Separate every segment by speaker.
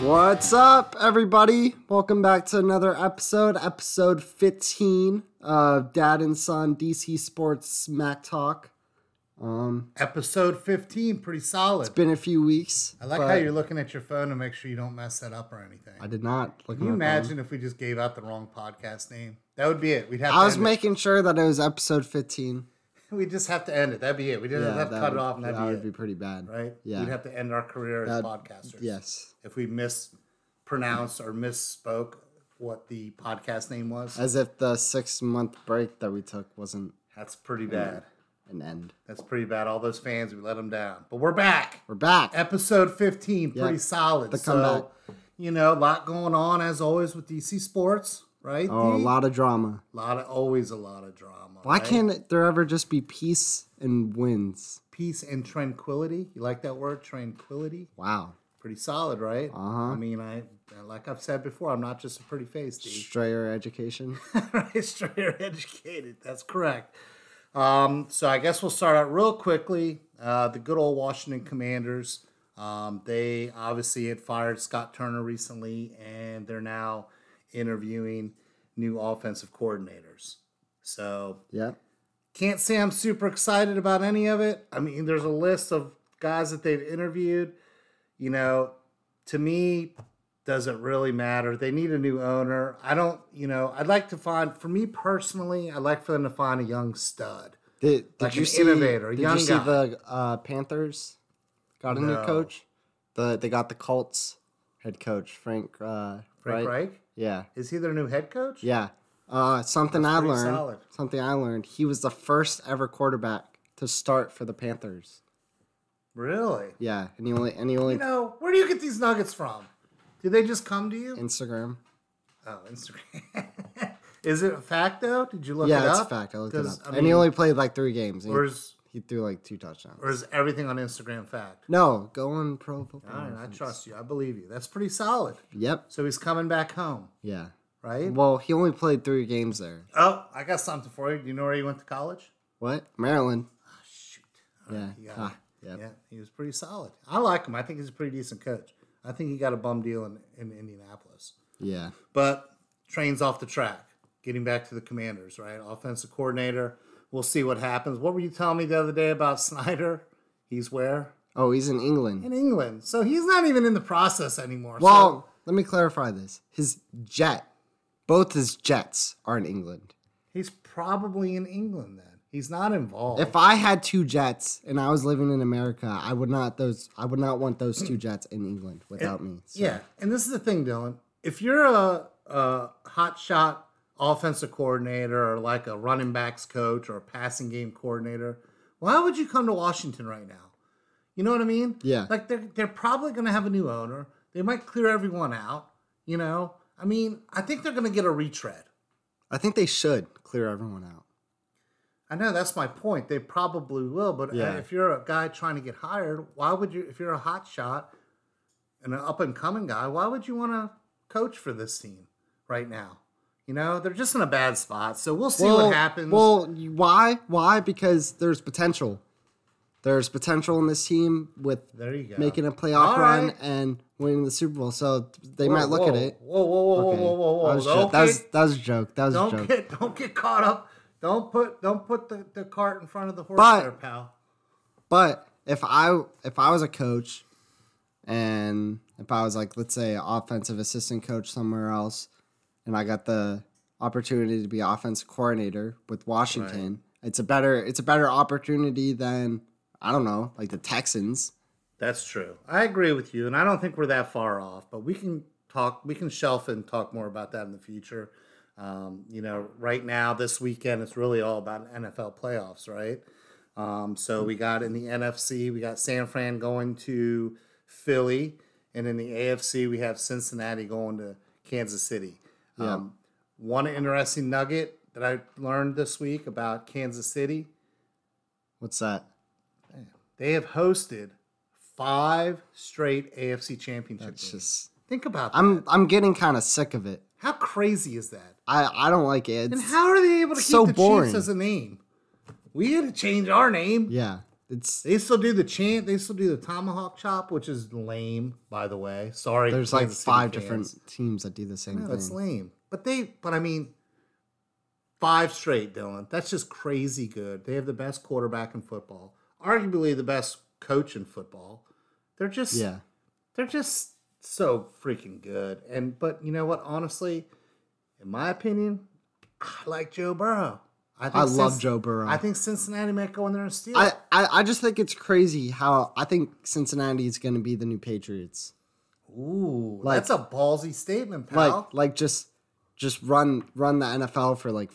Speaker 1: What's up, everybody? Welcome back to another episode, episode 15 of Dad and Son DC Sports Smack Talk. Um,
Speaker 2: Episode 15, pretty solid.
Speaker 1: it's been a few weeks.
Speaker 2: I like
Speaker 1: but
Speaker 2: how you're looking at your phone to make sure you don't mess that up or anything.
Speaker 1: I did not. Look
Speaker 2: Can you imagine if we just gave out the wrong podcast name? That would be it. We'd have
Speaker 1: I
Speaker 2: to
Speaker 1: was
Speaker 2: end
Speaker 1: making sure that it was episode 15.
Speaker 2: it. We'd just have to end it. That'd be it. We didn't have to
Speaker 1: that
Speaker 2: cut
Speaker 1: would,
Speaker 2: it off and
Speaker 1: that
Speaker 2: that'd
Speaker 1: would
Speaker 2: be
Speaker 1: be
Speaker 2: it.
Speaker 1: pretty bad.
Speaker 2: right?
Speaker 1: Yeah.
Speaker 2: We'd have to end our career as
Speaker 1: That-
Speaker 2: podcasters.
Speaker 1: Yes.
Speaker 2: If we mispronounced or misspoke what the podcast name was,
Speaker 1: As if the six month break that we took wasn't
Speaker 2: that's pretty bad.
Speaker 1: an end.
Speaker 2: That's pretty bad. All those fans, we let them down. But we're back.
Speaker 1: We're back.
Speaker 2: episode 15 pretty solid
Speaker 1: the comeback.
Speaker 2: so you know a lot going on as always with dc sports right
Speaker 1: Oh, a
Speaker 2: D?
Speaker 1: lot of drama.
Speaker 2: lot of always a lot of drama
Speaker 1: Why
Speaker 2: right?
Speaker 1: can't there ever just be peace and wins?
Speaker 2: peace and tranquility you like that word tranquility
Speaker 1: Wow.
Speaker 2: pretty solid right
Speaker 1: Uh-huh.
Speaker 2: i mean i like i've said before i'm not just a pretty face D.
Speaker 1: Strayer education.
Speaker 2: right straight or educated that's correct um, so i guess we'll start out real quickly uh, the good old washington commanders um, they obviously had fired scott turner recently and they're now interviewing new offensive coordinators so
Speaker 1: yeah.
Speaker 2: can't say i'm super excited about any of it i mean there's a list of guys that they've interviewed you know to me doesn't really matter. They need a new owner. I don't, you know, I'd like to find, for me personally, I'd like for them to find a young stud.
Speaker 1: Did, did
Speaker 2: Like
Speaker 1: you
Speaker 2: an
Speaker 1: see?
Speaker 2: innovator,
Speaker 1: did
Speaker 2: young
Speaker 1: you see
Speaker 2: guy.
Speaker 1: the uh, Panthers got a new
Speaker 2: No.
Speaker 1: coach? The they got the Colts head coach Frank. Uh,
Speaker 2: Frank
Speaker 1: Reich?
Speaker 2: Reich?
Speaker 1: Yeah,
Speaker 2: Is he their new head coach?
Speaker 1: yeah. Uh, something I
Speaker 2: pretty
Speaker 1: learned.
Speaker 2: solid.
Speaker 1: Something I learned. He was the first ever quarterback to start for the Panthers.
Speaker 2: Really?
Speaker 1: Yeah, and he only and he only
Speaker 2: You know, where do you get these nuggets from? Do they just come to you?
Speaker 1: Instagram.
Speaker 2: oh, Instagram. Is it a fact though? Did you look it up?
Speaker 1: Yeah, it's a fact. I looked it up.
Speaker 2: 'Cause, I
Speaker 1: and he
Speaker 2: mean,
Speaker 1: only played like three games. and
Speaker 2: or is,
Speaker 1: he, he threw like two touchdowns.
Speaker 2: or is everything on Instagram fact?
Speaker 1: no, go on Pro Football.
Speaker 2: All right, I
Speaker 1: Reference.
Speaker 2: trust you. I believe you. That's pretty solid.
Speaker 1: Yep.
Speaker 2: So he's coming back home,
Speaker 1: Yeah.
Speaker 2: right?
Speaker 1: Well, he only played three games there.
Speaker 2: Oh, I got something for you. Do you know where he went to college?
Speaker 1: What? Maryland.
Speaker 2: Ah, Shoot.
Speaker 1: Yeah.
Speaker 2: you got
Speaker 1: Ah,
Speaker 2: Yeah.
Speaker 1: yep.
Speaker 2: he was pretty solid. I like him. I think he's a pretty decent coach. I think he got a bum deal in, in Indianapolis.
Speaker 1: Yeah.
Speaker 2: But trains off the track. Getting back to the commanders, right? Offensive coordinator. We'll see what happens. What were you telling me the other day about Snyder? He's where?
Speaker 1: Oh, he's in England.
Speaker 2: In England. So he's not even in the process anymore. So-
Speaker 1: Well, let me clarify this. His jet, both his jets are in England.
Speaker 2: he's probably in England then. He's not involved.
Speaker 1: If I had two jets and I was living in America, I would not those I would not want those two jets in England without me. So,
Speaker 2: Yeah, and this is the thing, Dylan. If you're a, a hotshot offensive coordinator or like a running backs coach or a passing game coordinator, why would you come to Washington right now? You know what I mean?
Speaker 1: Yeah.
Speaker 2: Like they're they're probably going to have a new owner. They might clear everyone out. You know, I mean, I think they're going to get a retread.
Speaker 1: I think they should clear everyone out.
Speaker 2: I know that's my point. They probably will, but uh,
Speaker 1: Yeah.
Speaker 2: if you're a guy trying to get hired, why would you? If you're a hot shot and an up and coming guy, why would you want to coach for this team right now? You know, they're just in a bad spot. So we'll see what happens.
Speaker 1: Well, you- why? Why? Because there's potential. There's potential in this team with
Speaker 2: there you go.
Speaker 1: making a playoff
Speaker 2: All
Speaker 1: run
Speaker 2: right.
Speaker 1: and winning the Super Bowl. So they might look
Speaker 2: whoa,
Speaker 1: at it.
Speaker 2: Whoa, whoa, whoa,
Speaker 1: Okay.
Speaker 2: whoa, whoa, whoa!
Speaker 1: That was, a
Speaker 2: Don't
Speaker 1: joke. That, was,
Speaker 2: get-
Speaker 1: that was a joke. That was a
Speaker 2: don't
Speaker 1: joke.
Speaker 2: get don't get caught up. Don't put don't put the, the cart in front of the horse,
Speaker 1: But-
Speaker 2: there, pal.
Speaker 1: But if I if I was a coach, and if I was like let's say an offensive assistant coach somewhere else, and I got the opportunity to be offensive coordinator with Washington, it's a better it's a better opportunity than I don't know like the Texans.
Speaker 2: That's true. I agree with you, and I don't think we're that far off. But we can talk, we can shelf and talk more about that in the future. Um, you know, right now this weekend, it's really all about NFL playoffs, right? Um, so we got in the NFC, we got San Fran going to Philly, and in the AFC, we have Cincinnati going to Kansas City. Um, one interesting nugget that I learned this week about Kansas City
Speaker 1: What's that?
Speaker 2: they have hosted five straight AFC championship
Speaker 1: It's
Speaker 2: games.
Speaker 1: just
Speaker 2: Think about that.
Speaker 1: I'm I'm getting kind of sick of it.
Speaker 2: how crazy is that?
Speaker 1: I I don't like it.
Speaker 2: And
Speaker 1: It's-
Speaker 2: how are they able to keep
Speaker 1: so
Speaker 2: the
Speaker 1: boring.
Speaker 2: Chiefs as a name? We had to change our name.
Speaker 1: yeah, It's
Speaker 2: They still do the chant. They still do the tomahawk chop, which is lame, by the way. Sorry,
Speaker 1: there's like
Speaker 2: Kansas City
Speaker 1: five
Speaker 2: fans.
Speaker 1: different teams that do the same
Speaker 2: No,
Speaker 1: thing.
Speaker 2: it's lame. But they, but I mean, five straight, Dylan. That's just crazy good. They have the best quarterback in football, arguably the best coach in football. They're just,
Speaker 1: yeah,
Speaker 2: they're just so freaking good. And but you know what? Honestly, in my opinion, I like Joe Burrow. think
Speaker 1: I love
Speaker 2: since-
Speaker 1: Joe Burrow.
Speaker 2: I think Cincinnati might go in there and steal.
Speaker 1: I,
Speaker 2: it.
Speaker 1: I, I just think it's crazy how I think Cincinnati is going to be the new Patriots.
Speaker 2: Ooh,
Speaker 1: Like-
Speaker 2: that's a ballsy statement, pal.
Speaker 1: Like like just just run run the NFL for like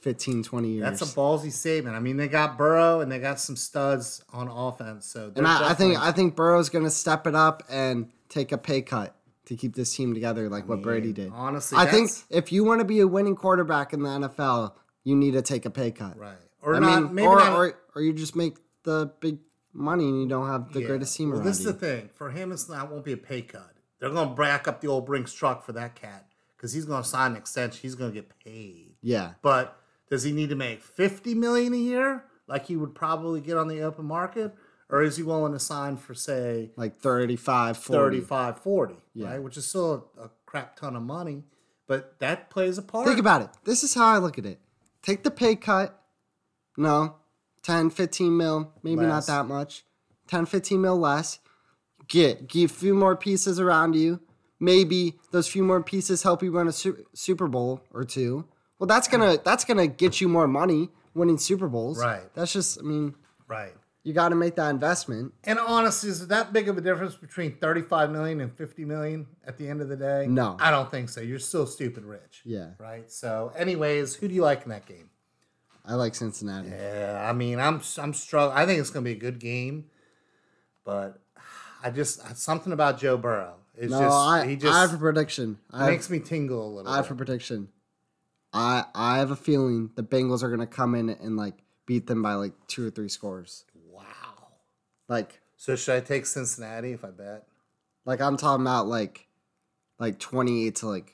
Speaker 1: 15 20 years.
Speaker 2: That's a ballsy statement. I mean, they got Burrow and they got some studs on offense. So
Speaker 1: and I, I think I think Burrow's going to step it up and take a pay cut to keep this team together like what Brady did.
Speaker 2: honestly,
Speaker 1: I think
Speaker 2: that's-
Speaker 1: if you want to be a winning quarterback in the NFL, you need to take a pay cut.
Speaker 2: right or
Speaker 1: I
Speaker 2: not
Speaker 1: mean,
Speaker 2: maybe
Speaker 1: or,
Speaker 2: not
Speaker 1: or or you just make the big money and you don't have the
Speaker 2: yeah.
Speaker 1: greatest team
Speaker 2: Well,
Speaker 1: around
Speaker 2: this is
Speaker 1: you.
Speaker 2: the thing for him. It's not it won't be a pay cut. They're gonna back up the old Brinks truck for that cat because he's gonna sign an extension. He's gonna get paid.
Speaker 1: yeah.
Speaker 2: But does he need to make fifty million a year like he would probably get on the open market, or is he willing to sign for say
Speaker 1: Like 35 40.
Speaker 2: 35, 40,
Speaker 1: Yeah.
Speaker 2: right? Which is still a, a crap ton of money, but that plays a part.
Speaker 1: Think about it. This is how I look at it. Take the pay cut. No, 10, 15 mil, maybe not
Speaker 2: Less.
Speaker 1: that much. 10, 15 mil less. Get, get a few more pieces around you. Maybe those few more pieces help you win a su- Super Bowl or two. Well, that's gonna that's gonna get you more money winning Super Bowls.
Speaker 2: Right.
Speaker 1: That's just I mean,
Speaker 2: right.
Speaker 1: you got to make that investment.
Speaker 2: And honestly, is it that big of a difference between 35 million and 50 million at the end of the day?
Speaker 1: No.
Speaker 2: I don't think so. You're still stupid rich.
Speaker 1: Yeah.
Speaker 2: Right. So, anyways, who do you like in that game?
Speaker 1: I like Cincinnati.
Speaker 2: Yeah, I mean, I'm I'm struggling. I think it's going to be a good game, but I just something about Joe Burrow. It's
Speaker 1: no,
Speaker 2: just
Speaker 1: I,
Speaker 2: he just
Speaker 1: I have a prediction. I have,
Speaker 2: makes me tingle a little.
Speaker 1: I have
Speaker 2: bit.
Speaker 1: a prediction. I I have a feeling the Bengals are gonna come in and like beat them by like two or three scores.
Speaker 2: Wow.
Speaker 1: Like
Speaker 2: So should I take Cincinnati if I bet
Speaker 1: like I'm talking about like like twenty eight to like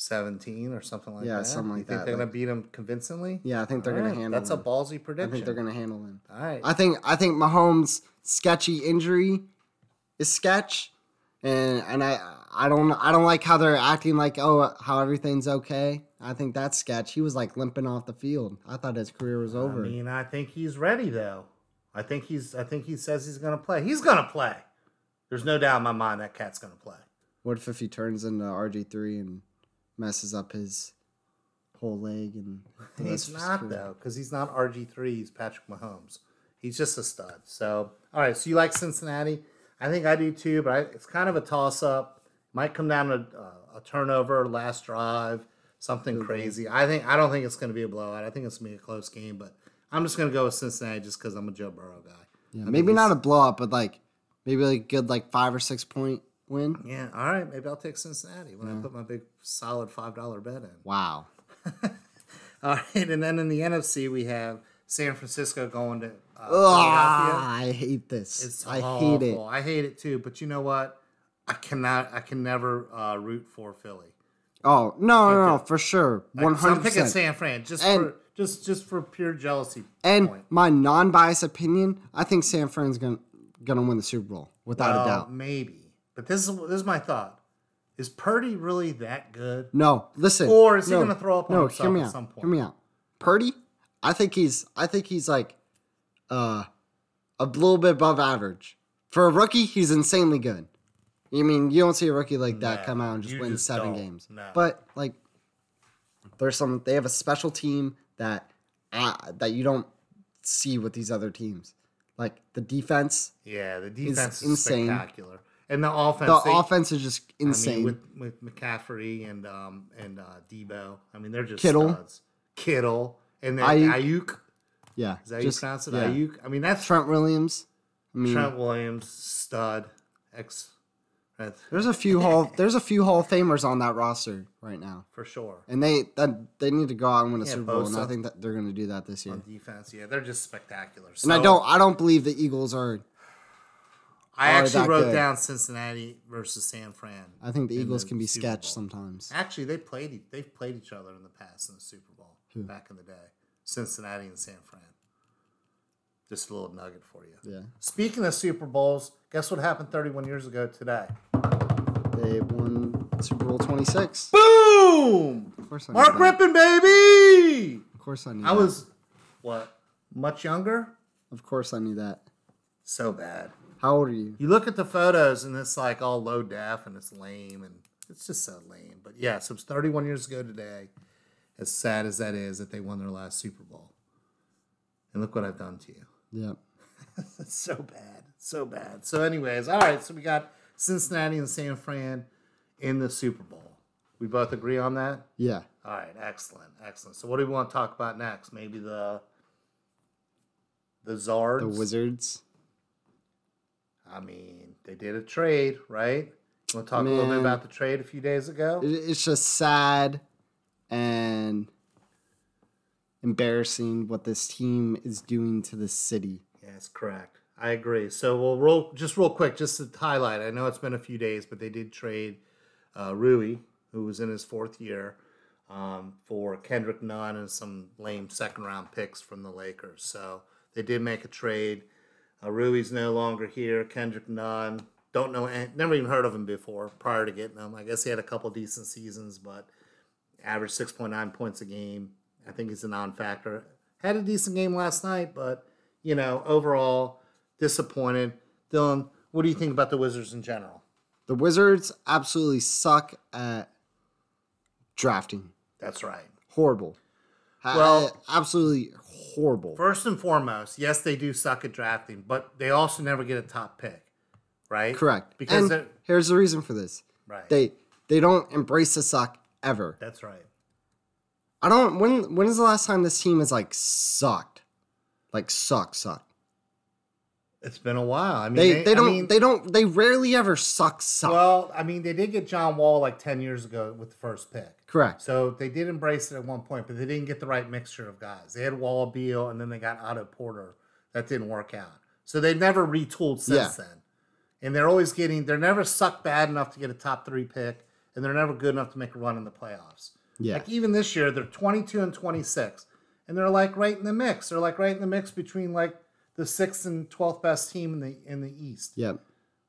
Speaker 2: 17 or something like
Speaker 1: Yeah,
Speaker 2: that?
Speaker 1: something
Speaker 2: you
Speaker 1: like
Speaker 2: think
Speaker 1: that,
Speaker 2: They're
Speaker 1: like-
Speaker 2: going to beat him convincingly.
Speaker 1: yeah I think they're gonna
Speaker 2: Alright,
Speaker 1: handle.
Speaker 2: That's a
Speaker 1: them.
Speaker 2: ballsy
Speaker 1: I
Speaker 2: prediction.
Speaker 1: think they're gonna handle them.
Speaker 2: All right.
Speaker 1: I think I think Mahomes' sketchy injury is sketch, and and I I don't I don't like how they're acting like oh how everything's okay. I think that's sketch. He was like limping off the field. I thought his career was over.
Speaker 2: I mean, I think he's ready though. I think he's. I think he says he's going to play. He's going to play. There's no doubt in my mind that cat's going to play.
Speaker 1: What if, if he turns into RG three and messes up his whole leg and the rest
Speaker 2: He's
Speaker 1: of his
Speaker 2: not
Speaker 1: career?
Speaker 2: though, because he's not RG three. He's Patrick Mahomes. He's just a stud. So all right. So you like Cincinnati? I think I do too. But I, it's kind of a toss up. Might come down to uh, a turnover, last drive, something crazy. I think. I don't think it's going to be a blowout. I think it's going to be a close game. But I'm just going to go with Cincinnati just because I'm a Joe Burrow guy.
Speaker 1: Yeah, maybe not a blow up, but like maybe like a good like five or six point win.
Speaker 2: Yeah, all right. Maybe I'll take Cincinnati when I put my big solid five dollar bet in.
Speaker 1: Wow.
Speaker 2: All right, and then in the NFC we have San Francisco going to uh, Philadelphia.
Speaker 1: Ah, I hate this.
Speaker 2: It's
Speaker 1: I
Speaker 2: awful.
Speaker 1: hate it.
Speaker 2: I hate it too. But you know what? I cannot. I can never uh, root for Philly.
Speaker 1: Oh no, no, no, for sure, one
Speaker 2: So I'm
Speaker 1: hundred
Speaker 2: picking
Speaker 1: percent.
Speaker 2: San Fran just
Speaker 1: And-
Speaker 2: for just just for pure jealousy.
Speaker 1: And
Speaker 2: point.
Speaker 1: my non-biased opinion, I think San Fran's gonna gonna win the Super Bowl without
Speaker 2: Uh,
Speaker 1: a doubt.
Speaker 2: maybe. But this is this is my thought. Is Purdy really that good?
Speaker 1: No, listen.
Speaker 2: Or is he
Speaker 1: no,
Speaker 2: gonna throw up on himself
Speaker 1: hear me
Speaker 2: at
Speaker 1: out,
Speaker 2: some point?
Speaker 1: Hear me out. Purdy, I think he's I think he's like uh a little bit above average. For a rookie, he's insanely good. You mean you don't see a rookie like that
Speaker 2: No,
Speaker 1: come out and just
Speaker 2: you
Speaker 1: win
Speaker 2: just
Speaker 1: 7
Speaker 2: don't.
Speaker 1: games.
Speaker 2: No.
Speaker 1: But like there's some they have a special team that uh, that you don't see with these other teams. Like the defense,
Speaker 2: Yeah, the defense is
Speaker 1: insane.
Speaker 2: spectacular, and the offense.
Speaker 1: the
Speaker 2: they-
Speaker 1: offense is just insane.
Speaker 2: I mean, with with McCaffrey and um and uh, Debo. I mean, they're just
Speaker 1: Kittle.
Speaker 2: studs. Kittle and then
Speaker 1: Ayuk.
Speaker 2: Ayuk.
Speaker 1: yeah.
Speaker 2: Is that how
Speaker 1: just-
Speaker 2: you pronounce it?
Speaker 1: yeah.
Speaker 2: Ayuk. I mean, that's Trent,
Speaker 1: Trent Williams. I mean,
Speaker 2: Williams, stud, ex, that's
Speaker 1: There's a few hall. There's a few Hall of Famers on that roster right now,
Speaker 2: for sure.
Speaker 1: and they that, they need to go out and win a
Speaker 2: Yeah,
Speaker 1: Super Bowl, and I
Speaker 2: Bosa.
Speaker 1: think that they're going to do that this year.
Speaker 2: On defense, yeah, they're just spectacular. So
Speaker 1: And I don't. I don't believe the Eagles are.
Speaker 2: I
Speaker 1: are
Speaker 2: actually
Speaker 1: that
Speaker 2: wrote
Speaker 1: good.
Speaker 2: down Cincinnati versus San Fran.
Speaker 1: I think the
Speaker 2: in
Speaker 1: Eagles
Speaker 2: the
Speaker 1: can be
Speaker 2: Super
Speaker 1: sketched
Speaker 2: Bowl.
Speaker 1: sometimes.
Speaker 2: Actually, they played e- they've played each other
Speaker 1: Hmm.
Speaker 2: in the past in the Super Bowl back in the day. Cincinnati and San Fran. Just a little nugget for you.
Speaker 1: Yeah.
Speaker 2: Speaking of Super Bowls, guess what happened 31 years ago today?
Speaker 1: They won Super Bowl 26.
Speaker 2: Boom!
Speaker 1: Of course I knew
Speaker 2: Mark
Speaker 1: that.
Speaker 2: Rippon, baby!
Speaker 1: Of course I knew
Speaker 2: I
Speaker 1: that.
Speaker 2: was, what, much younger?
Speaker 1: Of course I knew that.
Speaker 2: So bad.
Speaker 1: How old are you?
Speaker 2: You look at the photos and it's like all low def and it's lame and it's just so lame. But yeah, so it's 31 years ago today. As sad as that is, that they won their last Super Bowl. And look what I've done to you.
Speaker 1: Yep.
Speaker 2: That's so bad. So bad. So, anyways, all right. So we got Cincinnati and San Fran in the Super Bowl. We both agree on that.
Speaker 1: Yeah.
Speaker 2: All right. Excellent. Excellent. So, what do we want to talk about next? Maybe the the Zards.
Speaker 1: The Wizards.
Speaker 2: I mean, they did a trade, right? You want to talk a little bit
Speaker 1: Man.
Speaker 2: about the trade a few days ago?
Speaker 1: It, it's just sad and embarrassing what this team is doing to this city.
Speaker 2: Yes, correct. I agree. So we'll roll just real quick, just to highlight. I know it's been a few days, but they did trade uh, Rui, who was in his fourth year, um, for Kendrick Nunn and some lame second round picks from the Lakers. So they did make a trade. Uh, Rui's no longer here. Kendrick Nunn, don't know, an- never even heard of him before prior to getting him. I guess he had a couple decent seasons, but averaged 6.9 points a game. I think he's a non factor. Had a decent game last night, but, you know, overall, disappointed. Dylan, what do you think about the Wizards in general?
Speaker 1: The Wizards absolutely suck at drafting.
Speaker 2: That's right.
Speaker 1: Horrible. Ha- eh,
Speaker 2: Well-
Speaker 1: absolutely horrible.
Speaker 2: First and foremost, yes, they do suck at drafting, but they also never get a top pick, right?
Speaker 1: Correct.
Speaker 2: Because
Speaker 1: and
Speaker 2: they're,
Speaker 1: here's the reason for this.
Speaker 2: right.
Speaker 1: They they don't embrace the suck ever.
Speaker 2: That's right.
Speaker 1: I don't. When when is the last time this team has like sucked, like suck suck?
Speaker 2: It's been a while. I mean,
Speaker 1: They they,
Speaker 2: I
Speaker 1: don't
Speaker 2: mean-
Speaker 1: they don't they rarely ever suck suck.
Speaker 2: Well, I mean, they did get John Wall like ten years ago with the first pick.
Speaker 1: Correct.
Speaker 2: So they did embrace it at one point, but they didn't get the right mixture of guys. They had Wall Beal, and then they got Otto Porter. That didn't work out. So they've never retooled since
Speaker 1: Yeah.
Speaker 2: then. And they're always getting, they're never sucked bad enough to get a top three pick, and they're never good enough to make a run in the playoffs.
Speaker 1: Yeah.
Speaker 2: Like even this year, they're 22 and 26, and they're like right in the mix. They're like right in the mix between like the sixth and 12th best team in the in the East
Speaker 1: Yep.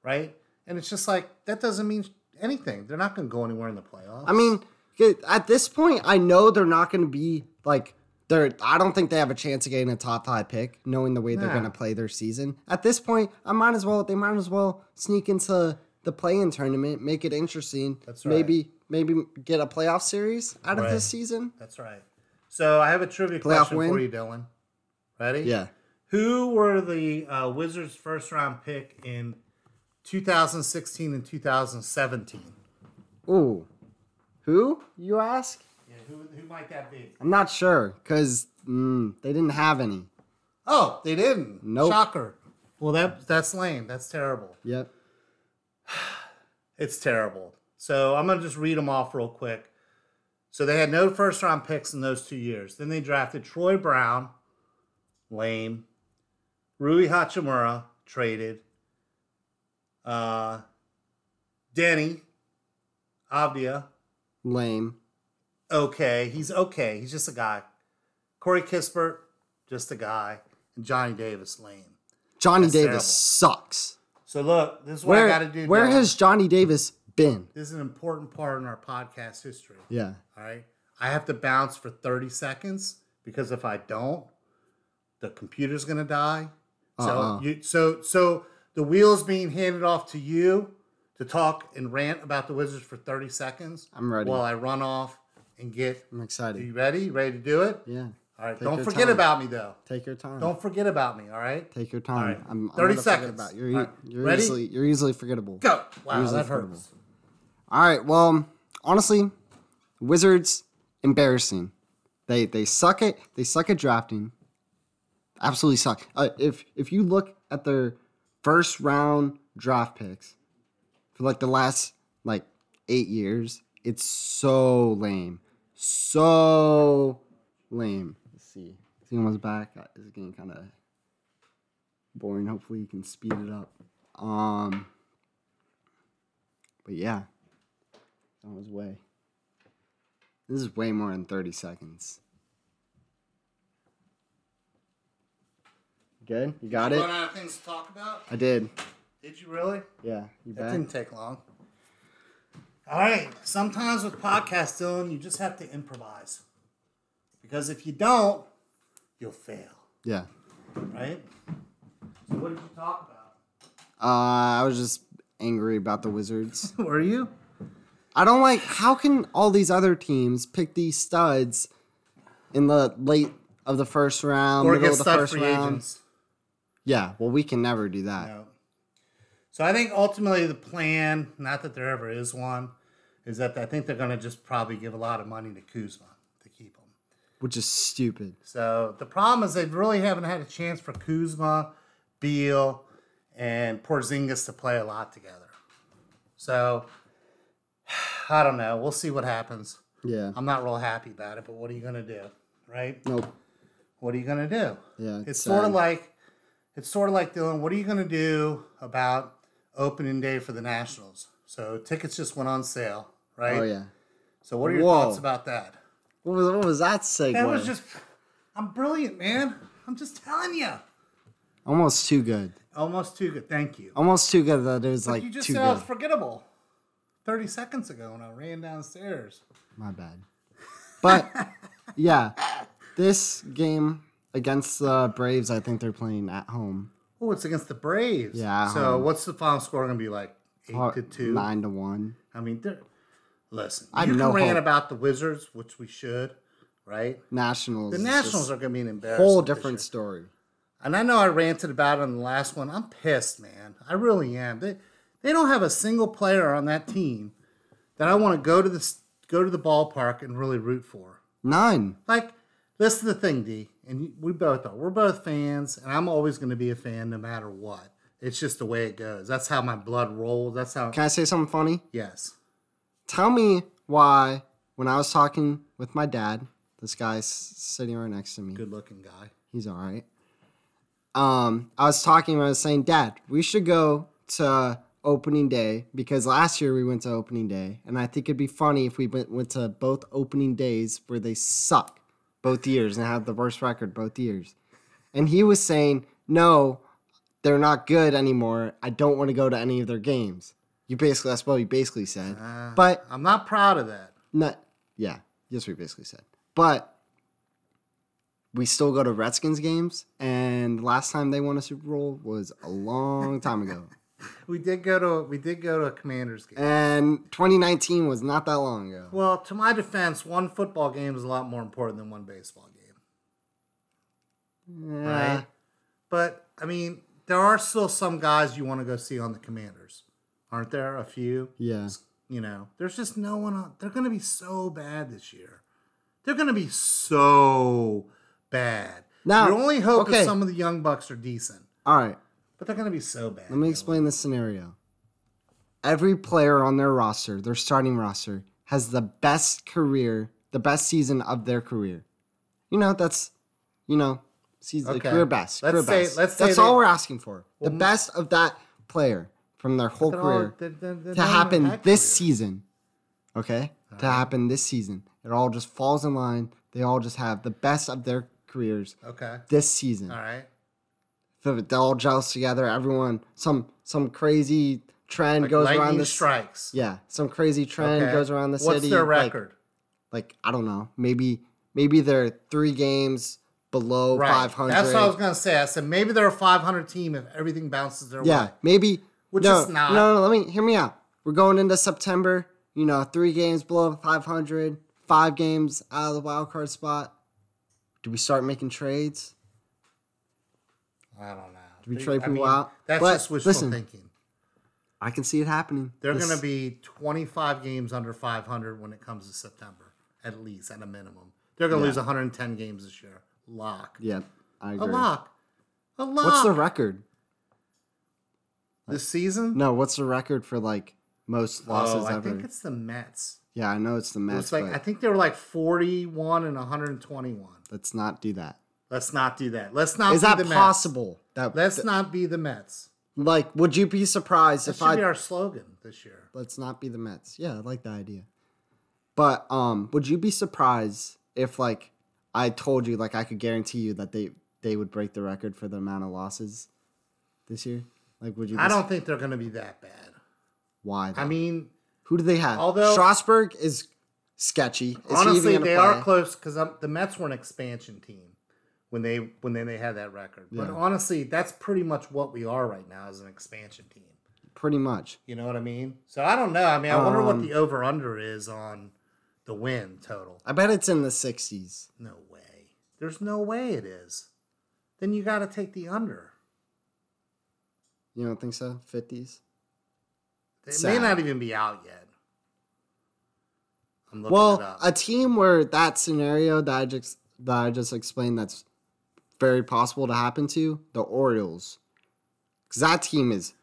Speaker 2: right? And it's just like that doesn't mean anything. They're not going to go anywhere in the playoffs.
Speaker 1: I mean, good- at this point, I know they're not going to be like they're. I don't think they have a chance of getting a top five pick, knowing the way they're
Speaker 2: Nah.
Speaker 1: going to play their season. At this point, I might as well. They might as well sneak into the play-in tournament, make it interesting.
Speaker 2: That's right.
Speaker 1: Maybe maybe get a playoff series out of
Speaker 2: Right.
Speaker 1: this season.
Speaker 2: that's right. So I have a trivia
Speaker 1: Playoff
Speaker 2: question
Speaker 1: win?
Speaker 2: for you, Dylan. Ready?
Speaker 1: Yeah.
Speaker 2: Who were the uh, Wizards' first round pick in 2016 and 2017?
Speaker 1: Ooh. Who you ask?
Speaker 2: Yeah, who, who might that be?
Speaker 1: I'm not sure because mm, they didn't have any.
Speaker 2: Oh, they didn't.
Speaker 1: Nope.
Speaker 2: Shocker. Well, that that's lame. That's terrible.
Speaker 1: Yep.
Speaker 2: It's terrible. So I'm gonna just read them off real quick. So they had no first round picks in those two years. Then they drafted Troy Brown, lame. Rui Hachimura traded. Uh, Denny, Avdia,
Speaker 1: Lame.
Speaker 2: okay. He's okay. He's just a guy. Corey Kispert, just a guy. And Johnny Davis, lame.
Speaker 1: Johnny
Speaker 2: That's
Speaker 1: Davis
Speaker 2: terrible.
Speaker 1: sucks.
Speaker 2: So look, this is what
Speaker 1: Where
Speaker 2: I got to do.
Speaker 1: where
Speaker 2: Dylan.
Speaker 1: has Johnny Davis been?
Speaker 2: this is an important part in our podcast history.
Speaker 1: Yeah.
Speaker 2: All right. I have to bounce for 30 seconds because if I don't, the computer's going to die.
Speaker 1: Uh-uh.
Speaker 2: So you so so the wheel's being handed off to you to talk and rant about the Wizards for 30 seconds.
Speaker 1: I'm ready.
Speaker 2: While I run off and get
Speaker 1: I'm
Speaker 2: Are
Speaker 1: excited.
Speaker 2: you ready? You Ready to do it?
Speaker 1: Yeah.
Speaker 2: All right.
Speaker 1: Take
Speaker 2: don't
Speaker 1: your
Speaker 2: forget
Speaker 1: time.
Speaker 2: about me though.
Speaker 1: Take your time.
Speaker 2: Don't forget about me, all right?
Speaker 1: Take your time.
Speaker 2: right.
Speaker 1: I'm, I'm
Speaker 2: 30
Speaker 1: gonna forget
Speaker 2: seconds.
Speaker 1: About. it. You're, e-,
Speaker 2: All right.
Speaker 1: you're
Speaker 2: Ready?
Speaker 1: easily you're easily forgettable.
Speaker 2: Go. Wow,
Speaker 1: Usually
Speaker 2: that
Speaker 1: forgettable.
Speaker 2: hurts.
Speaker 1: All right. Well, honestly, Wizards embarrassing. They they suck at they suck at drafting. Absolutely suck. Uh, if if you look at their first round draft picks for like the last like eight years, it's so lame, so lame. Let's see. See was back. Uh, This is getting kind of boring. Hopefully, you can speed it up. Um, but yeah on his way. This is way more than 30 seconds. Good. You got
Speaker 2: You
Speaker 1: it.
Speaker 2: run out of things to talk about?
Speaker 1: I did.
Speaker 2: Did you really?
Speaker 1: Yeah. You
Speaker 2: That
Speaker 1: bet.
Speaker 2: didn't take long. All right. Sometimes with podcasts, Dylan, you just have to improvise. Because if you don't, you'll fail,
Speaker 1: Yeah.
Speaker 2: right? So what did you talk about?
Speaker 1: Uh, I was just angry about the Wizards.
Speaker 2: Were you?
Speaker 1: I don't like how can all these other teams pick these studs in the late of the first round,
Speaker 2: Or
Speaker 1: middle of
Speaker 2: against
Speaker 1: the
Speaker 2: stud
Speaker 1: first
Speaker 2: free
Speaker 1: round.
Speaker 2: agents.
Speaker 1: Yeah, well, we can never do that.
Speaker 2: No. So I think ultimately the plan, not that there ever is one, is that I think they're going to just probably give a lot of money to Kuzma to keep him.
Speaker 1: which is stupid.
Speaker 2: So the problem is they really haven't had a chance for Kuzma, Beal, and Porzingis to play a lot together. So I don't know. We'll see what happens.
Speaker 1: Yeah.
Speaker 2: I'm not real happy about it, but what are you going to do? Right?
Speaker 1: Nope.
Speaker 2: What are you going to do?
Speaker 1: Yeah.
Speaker 2: It's
Speaker 1: sad.
Speaker 2: sort of like it's sort of like Dylan, what are you going to do about opening day for the Nationals? So tickets just went on sale, right?
Speaker 1: Oh yeah.
Speaker 2: So what are your
Speaker 1: Whoa.
Speaker 2: thoughts about that?
Speaker 1: What was what was that segue?
Speaker 2: That was just I'm brilliant, man. I'm just telling you.
Speaker 1: almost too good.
Speaker 2: Almost too good. Thank you.
Speaker 1: Almost too good that it was
Speaker 2: you
Speaker 1: like
Speaker 2: just
Speaker 1: too
Speaker 2: said
Speaker 1: good.
Speaker 2: I was forgettable 30 seconds ago when I ran downstairs.
Speaker 1: My bad. But yeah, this game against the Braves, I think they're playing at home.
Speaker 2: Oh, it's against the Braves.
Speaker 1: Yeah, I
Speaker 2: So what's the final score going to be like? Eight
Speaker 1: Or
Speaker 2: to two.
Speaker 1: Nine to one.
Speaker 2: I mean, they're- listen,
Speaker 1: I
Speaker 2: you
Speaker 1: know
Speaker 2: can rant
Speaker 1: hope.
Speaker 2: about the Wizards, which we should, right?
Speaker 1: Nationals.
Speaker 2: The
Speaker 1: is
Speaker 2: Nationals
Speaker 1: just
Speaker 2: are going to be an
Speaker 1: a
Speaker 2: embarrassment.
Speaker 1: whole
Speaker 2: this
Speaker 1: different
Speaker 2: year.
Speaker 1: story.
Speaker 2: And I know I ranted about it on the last one. I'm pissed, man. I really am. They they don't have a single player on that team that I want to go to the s- go to the ballpark and really root for.
Speaker 1: Nine.
Speaker 2: Like, this is the thing, D, and you- we both are. We're both fans, and I'm always going to be a fan no matter what. It's just the way it goes. That's how my blood rolls. That's how.
Speaker 1: Can I say something funny?
Speaker 2: Yes.
Speaker 1: Tell me why when I was talking with my dad, this guy's sitting right next to me.
Speaker 2: Good looking guy.
Speaker 1: He's all right. Um, I was talking. I was saying, Dad, we should go to opening day because last year we went to opening day, and I think it'd be funny if we went went to both opening days where they suck both years and have the worst record both years. And he was saying, No, they're not good anymore. I don't want to go to any of their games. You basically, that's what we basically said. but
Speaker 2: I'm not proud of that.
Speaker 1: not yeah, yes, we basically said. But we still go to Redskins games, and last time they won a Super Bowl was a long time ago.
Speaker 2: We did go to we did go to a Commanders game.
Speaker 1: And 2019 was not that long ago.
Speaker 2: Well, to my defense, one football game is a lot more important than one baseball game.
Speaker 1: Yeah.
Speaker 2: right? But I mean, there are still some guys you want to go see on the Commanders, aren't there? A few,
Speaker 1: Yeah.
Speaker 2: you know. There's just no one on. They're going to be so bad this year. They're going to be so bad.
Speaker 1: Now-
Speaker 2: your only hope
Speaker 1: okay.
Speaker 2: is some of the young bucks are decent,
Speaker 1: All right.
Speaker 2: but they're going to be so bad.
Speaker 1: Let me explain this scenario. Every player on their roster, their starting roster, has the best career, the best season of their careson. You know, that's, you know, season
Speaker 2: Okay.
Speaker 1: career best.
Speaker 2: Let's
Speaker 1: career
Speaker 2: say-
Speaker 1: best.
Speaker 2: let's say
Speaker 1: that's
Speaker 2: they-
Speaker 1: all we're asking for. The best of that player from their whole
Speaker 2: They're all-
Speaker 1: career
Speaker 2: they're- they're- they're
Speaker 1: to
Speaker 2: not
Speaker 1: happen
Speaker 2: that
Speaker 1: this
Speaker 2: career. Uh-huh.
Speaker 1: season. Okay? To happen this season. It all just falls in line. They all just have the best of their careers
Speaker 2: Okay,
Speaker 1: this season
Speaker 2: all right.
Speaker 1: the, they all gels together. Everyone, some some crazy trend
Speaker 2: Like
Speaker 1: goes
Speaker 2: lightning
Speaker 1: around this.
Speaker 2: strikes.
Speaker 1: Yeah, some crazy trend
Speaker 2: Okay.
Speaker 1: goes around the
Speaker 2: What's
Speaker 1: city.
Speaker 2: their
Speaker 1: like-
Speaker 2: record?
Speaker 1: Like, I don't know. Maybe maybe they're three games below
Speaker 2: Right.
Speaker 1: five hundred.
Speaker 2: That's what I was gonna say. I said maybe they're a 500 team if everything bounces their
Speaker 1: Yeah,
Speaker 2: way.
Speaker 1: maybe.
Speaker 2: Which
Speaker 1: no,
Speaker 2: is not.
Speaker 1: No, no, let me hear me out. We're going into September. You know, three games below 500, five games out of the wild card spot. Do we start making trades?
Speaker 2: I don't know.
Speaker 1: we
Speaker 2: They-
Speaker 1: trade
Speaker 2: I
Speaker 1: people
Speaker 2: mean,
Speaker 1: out?
Speaker 2: That's
Speaker 1: But
Speaker 2: just wishful
Speaker 1: listen,
Speaker 2: thinking.
Speaker 1: I can see it happening.
Speaker 2: They're
Speaker 1: This-
Speaker 2: going to be 25 games under 500 when it comes to September, at least at a minimum. They're going to lose 110 games this year. Lock.
Speaker 1: Yeah, I
Speaker 2: A
Speaker 1: agree.
Speaker 2: lock. A lock.
Speaker 1: What's the record?
Speaker 2: this season?
Speaker 1: No, what's the record for like most losses
Speaker 2: oh, I
Speaker 1: ever?
Speaker 2: think it's the Mets.
Speaker 1: yeah, I know it's the
Speaker 2: It
Speaker 1: Mets,
Speaker 2: was like
Speaker 1: but
Speaker 2: I think they were like 41 and 121.
Speaker 1: let's not do that.
Speaker 2: Let's not do that. Let's not.
Speaker 1: Is
Speaker 2: be
Speaker 1: that
Speaker 2: the Mets.
Speaker 1: possible? That
Speaker 2: Let's
Speaker 1: th-
Speaker 2: not be the Mets.
Speaker 1: like, would you be surprised
Speaker 2: That
Speaker 1: if
Speaker 2: should
Speaker 1: I
Speaker 2: be our slogan this year.
Speaker 1: let's not be the Mets? Yeah, I like the idea. But um, would you be surprised if like I told you like I could guarantee you that they they would break the record for the amount of losses this year? Like, would you?
Speaker 2: I don't think they're going to be that bad.
Speaker 1: Why?
Speaker 2: I
Speaker 1: though?
Speaker 2: mean,
Speaker 1: Who do they have?
Speaker 2: although-
Speaker 1: Strasburg is sketchy. Is he even
Speaker 2: honestly,
Speaker 1: gonna
Speaker 2: they are
Speaker 1: play?
Speaker 2: close because the Mets were an expansion team when they when they, they had that record. But
Speaker 1: Yeah.
Speaker 2: honestly, that's pretty much what we are right now as an expansion team.
Speaker 1: pretty much.
Speaker 2: You know what I mean? So I don't know. I mean, I wonder what
Speaker 1: Um,
Speaker 2: the over under is on the win total.
Speaker 1: I bet it's in the sixties.
Speaker 2: No way. There's no way it is. Then you got to take the under.
Speaker 1: You don't think so? Fifties.
Speaker 2: It
Speaker 1: Sad.
Speaker 2: may not even be out yet. I'm looking it
Speaker 1: Well,
Speaker 2: up.
Speaker 1: a team where that scenario that I just that I just explained that's very possible to happen to the Orioles, because that team is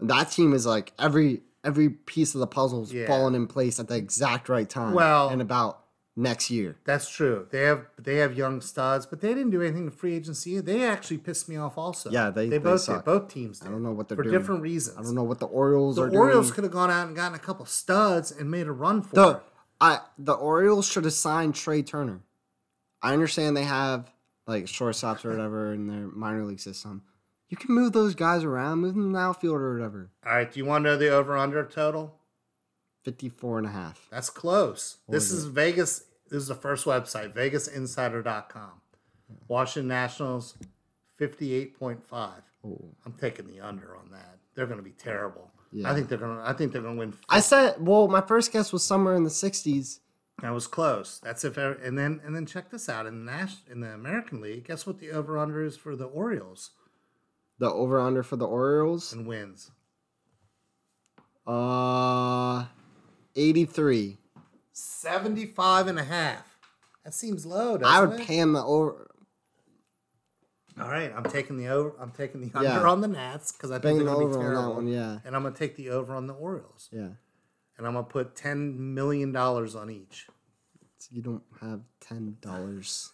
Speaker 1: that team is like every every piece of the puzzle's
Speaker 2: Yeah.
Speaker 1: falling in place at the exact right time.
Speaker 2: Well-
Speaker 1: and about next year.
Speaker 2: That's true. They have they have young studs, but they didn't do anything to free agency. They actually pissed me off. Also,
Speaker 1: Yeah, they- they
Speaker 2: they both
Speaker 1: suck.
Speaker 2: did. Both teams. Did,
Speaker 1: I don't know what they're
Speaker 2: for
Speaker 1: doing.
Speaker 2: different reasons.
Speaker 1: I don't know what the Orioles
Speaker 2: The
Speaker 1: are
Speaker 2: Orioles
Speaker 1: doing.
Speaker 2: could have gone out and gotten a couple studs and made a run for
Speaker 1: The
Speaker 2: it.
Speaker 1: I the Orioles should have signed Trey Turner. I understand they have like shortstops or whatever in their minor league system. You can move those guys around, move them to the outfield or whatever.
Speaker 2: All right, do you want to know the over under total?
Speaker 1: 54 and a half.
Speaker 2: That's close. this
Speaker 1: is
Speaker 2: is Vegas. This is the first website, VegasInsider.com. Washington Nationals, fifty-eight point five.
Speaker 1: Oh.
Speaker 2: I'm taking the under on that. They're going to be terrible.
Speaker 1: Yeah.
Speaker 2: I think they're going. to I think they're going to win.
Speaker 1: I said, well, my first guess was somewhere in the 60s.
Speaker 2: That was close. That's if ever, and then and then check this out in the Nash in the American League. Guess what the over under is for the Orioles
Speaker 1: The over under for the Orioles,
Speaker 2: and wins.
Speaker 1: uh, 83.
Speaker 2: 75 and a half. That seems low, doesn't
Speaker 1: I would
Speaker 2: it?
Speaker 1: pan the over,
Speaker 2: All right, I'm taking the over. I'm taking the under
Speaker 1: Yeah.
Speaker 2: on the Nats because I think
Speaker 1: bang
Speaker 2: they're
Speaker 1: the
Speaker 2: going to
Speaker 1: over
Speaker 2: be
Speaker 1: on
Speaker 2: terrible.
Speaker 1: that one. Yeah.
Speaker 2: And I'm going to take the over on the Orioles,
Speaker 1: Yeah.
Speaker 2: and I'm going to put ten million dollars on each.
Speaker 1: So you don't have $10.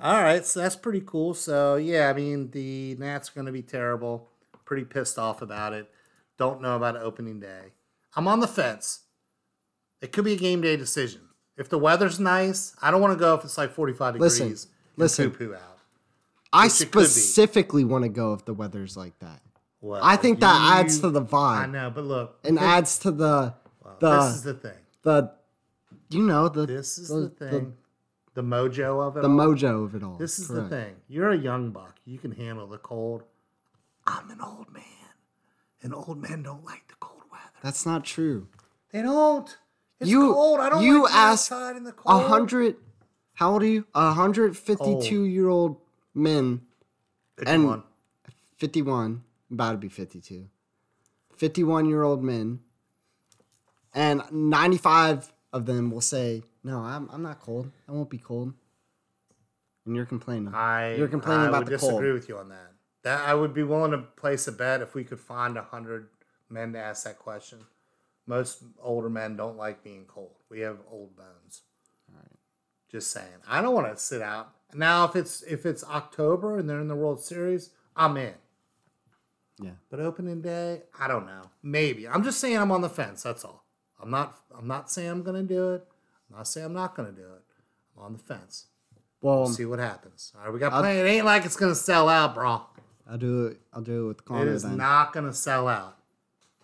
Speaker 2: All right, so that's pretty cool. So yeah, I mean the Nats are going to be terrible. Pretty pissed off about it. Don't know about opening day. I'm on the fence. It could be a game day decision. If the weather's nice, I don't want to go if it's like 45
Speaker 1: Listen,
Speaker 2: degrees.
Speaker 1: listen.
Speaker 2: poo poo out.
Speaker 1: I
Speaker 2: Which it could be.
Speaker 1: specifically want to go if the weather's like that.
Speaker 2: Well,
Speaker 1: I think that adds
Speaker 2: you-
Speaker 1: to the
Speaker 2: I
Speaker 1: vibe
Speaker 2: know, but look,
Speaker 1: and adds to the,
Speaker 2: this is
Speaker 1: the,
Speaker 2: the thing.
Speaker 1: the, you know, the,
Speaker 2: This is
Speaker 1: the-
Speaker 2: the,
Speaker 1: the-
Speaker 2: thing. The, mojo of it.
Speaker 1: the
Speaker 2: all.
Speaker 1: mojo of it all.
Speaker 2: This is
Speaker 1: Correct.
Speaker 2: the thing. You're a young buck. You can handle the cold. I'm an old man, and old men don't like the cold weather.
Speaker 1: That's not true.
Speaker 2: They don't. It's
Speaker 1: You-
Speaker 2: cold. I don't
Speaker 1: you
Speaker 2: like being
Speaker 1: asked
Speaker 2: outside in the cold.
Speaker 1: a hundred how old are you a hundred fifty
Speaker 2: Oh.
Speaker 1: two year old men and-
Speaker 2: 51.
Speaker 1: 51 about to be 52 51 year old men and 95 of them will say no i'm, I'm not cold i won't be cold and you're complaining
Speaker 2: I
Speaker 1: you're complaining
Speaker 2: I
Speaker 1: about
Speaker 2: would
Speaker 1: the
Speaker 2: disagree
Speaker 1: cold.
Speaker 2: with you on that. That I would be willing to place a bet if we could find a hundred men to ask that question. Most older men don't like being cold. We have old bones. Just saying. I don't want to sit out. Now if it's if it's October and they're in the World Series, I'm in.
Speaker 1: yeah
Speaker 2: But opening day, I don't know. Maybe. I'm just saying I'm on the fence, that's all. I'm not I'm not saying I'm gonna do it. I'm not saying I'm not gonna do it. I'm on the fence.
Speaker 1: well
Speaker 2: See what happens. All right, we got plenty. It ain't like it's gonna sell out, bro.
Speaker 1: i'll do it i'll do it with
Speaker 2: It
Speaker 1: connor
Speaker 2: is
Speaker 1: then
Speaker 2: not gonna sell out.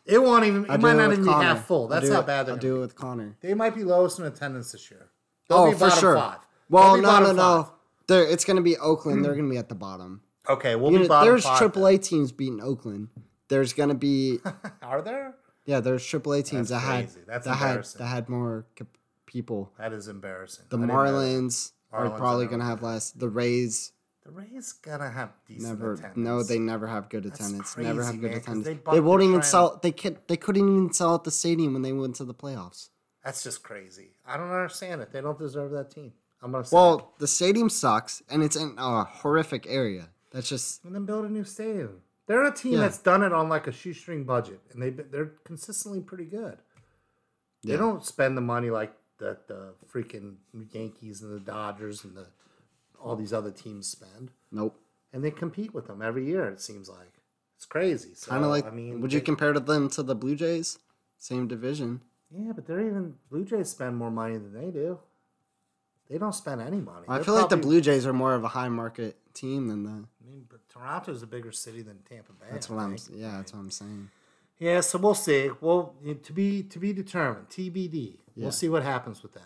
Speaker 2: It won't even. It
Speaker 1: I'll do
Speaker 2: might
Speaker 1: it
Speaker 2: not
Speaker 1: with
Speaker 2: even
Speaker 1: Connor.
Speaker 2: be half full.
Speaker 1: I'll
Speaker 2: That's
Speaker 1: do
Speaker 2: how
Speaker 1: it-
Speaker 2: bad they're.
Speaker 1: i'll do it with connor
Speaker 2: They might be lowest in attendance this year. They'll
Speaker 1: oh
Speaker 2: be
Speaker 1: for
Speaker 2: bottom
Speaker 1: sure
Speaker 2: Five. They'll
Speaker 1: well
Speaker 2: be
Speaker 1: no no
Speaker 2: bottom
Speaker 1: no
Speaker 2: five.
Speaker 1: They're- it's gonna be oakland they're gonna be at the bottom
Speaker 2: Okay, we'll
Speaker 1: You
Speaker 2: be
Speaker 1: know,
Speaker 2: bottom
Speaker 1: there's
Speaker 2: five.
Speaker 1: triple a teams beating oakland there's gonna be
Speaker 2: then. Are there?
Speaker 1: Yeah, there's AAA teams
Speaker 2: That's
Speaker 1: that had
Speaker 2: crazy. That's
Speaker 1: that had
Speaker 2: embarrassing.
Speaker 1: that had more cap- people.
Speaker 2: That is embarrassing.
Speaker 1: The
Speaker 2: I didn't know that.
Speaker 1: Marlins are
Speaker 2: Marlins
Speaker 1: probably
Speaker 2: are-
Speaker 1: going to have less. The Rays
Speaker 2: The Rays gotta have decent
Speaker 1: never
Speaker 2: attendance.
Speaker 1: no, they never have good
Speaker 2: That's
Speaker 1: attendance. never have
Speaker 2: crazy,
Speaker 1: good
Speaker 2: man, 'cause
Speaker 1: attendance.
Speaker 2: they
Speaker 1: They,
Speaker 2: bucked the
Speaker 1: won't even
Speaker 2: trend.
Speaker 1: sell they could they couldn't even sell out the stadium when they went to the playoffs.
Speaker 2: That's just crazy. I don't understand it. They don't deserve that team. I'm gonna. Say it.
Speaker 1: Well, the stadium sucks and it's in a horrific area. That's just
Speaker 2: and then build a new stadium. They're a team
Speaker 1: Yeah.
Speaker 2: that's done it on like a shoestring budget, and they they're consistently pretty good. They
Speaker 1: Yeah.
Speaker 2: don't spend the money like the the freaking Yankees and the Dodgers and the all these other teams spend,
Speaker 1: nope.
Speaker 2: and they compete with them every year. It seems like it's crazy. So,
Speaker 1: Kind of like
Speaker 2: I mean,
Speaker 1: would you
Speaker 2: they-
Speaker 1: compare to them to the Blue Jays? Same division.
Speaker 2: Yeah, but they're even Blue Jays spend more money than they do. They don't spend any money.
Speaker 1: I
Speaker 2: They're
Speaker 1: feel like the
Speaker 2: probably-
Speaker 1: Blue Jays are more of a high market team than the.
Speaker 2: I mean, but Toronto's a bigger city than Tampa Bay.
Speaker 1: That's
Speaker 2: I
Speaker 1: what I'm.
Speaker 2: think.
Speaker 1: Yeah, that's what I'm saying.
Speaker 2: Yeah, so we'll see. Well, you- to be to be determined. TBD.
Speaker 1: Yeah.
Speaker 2: We'll see what happens with that.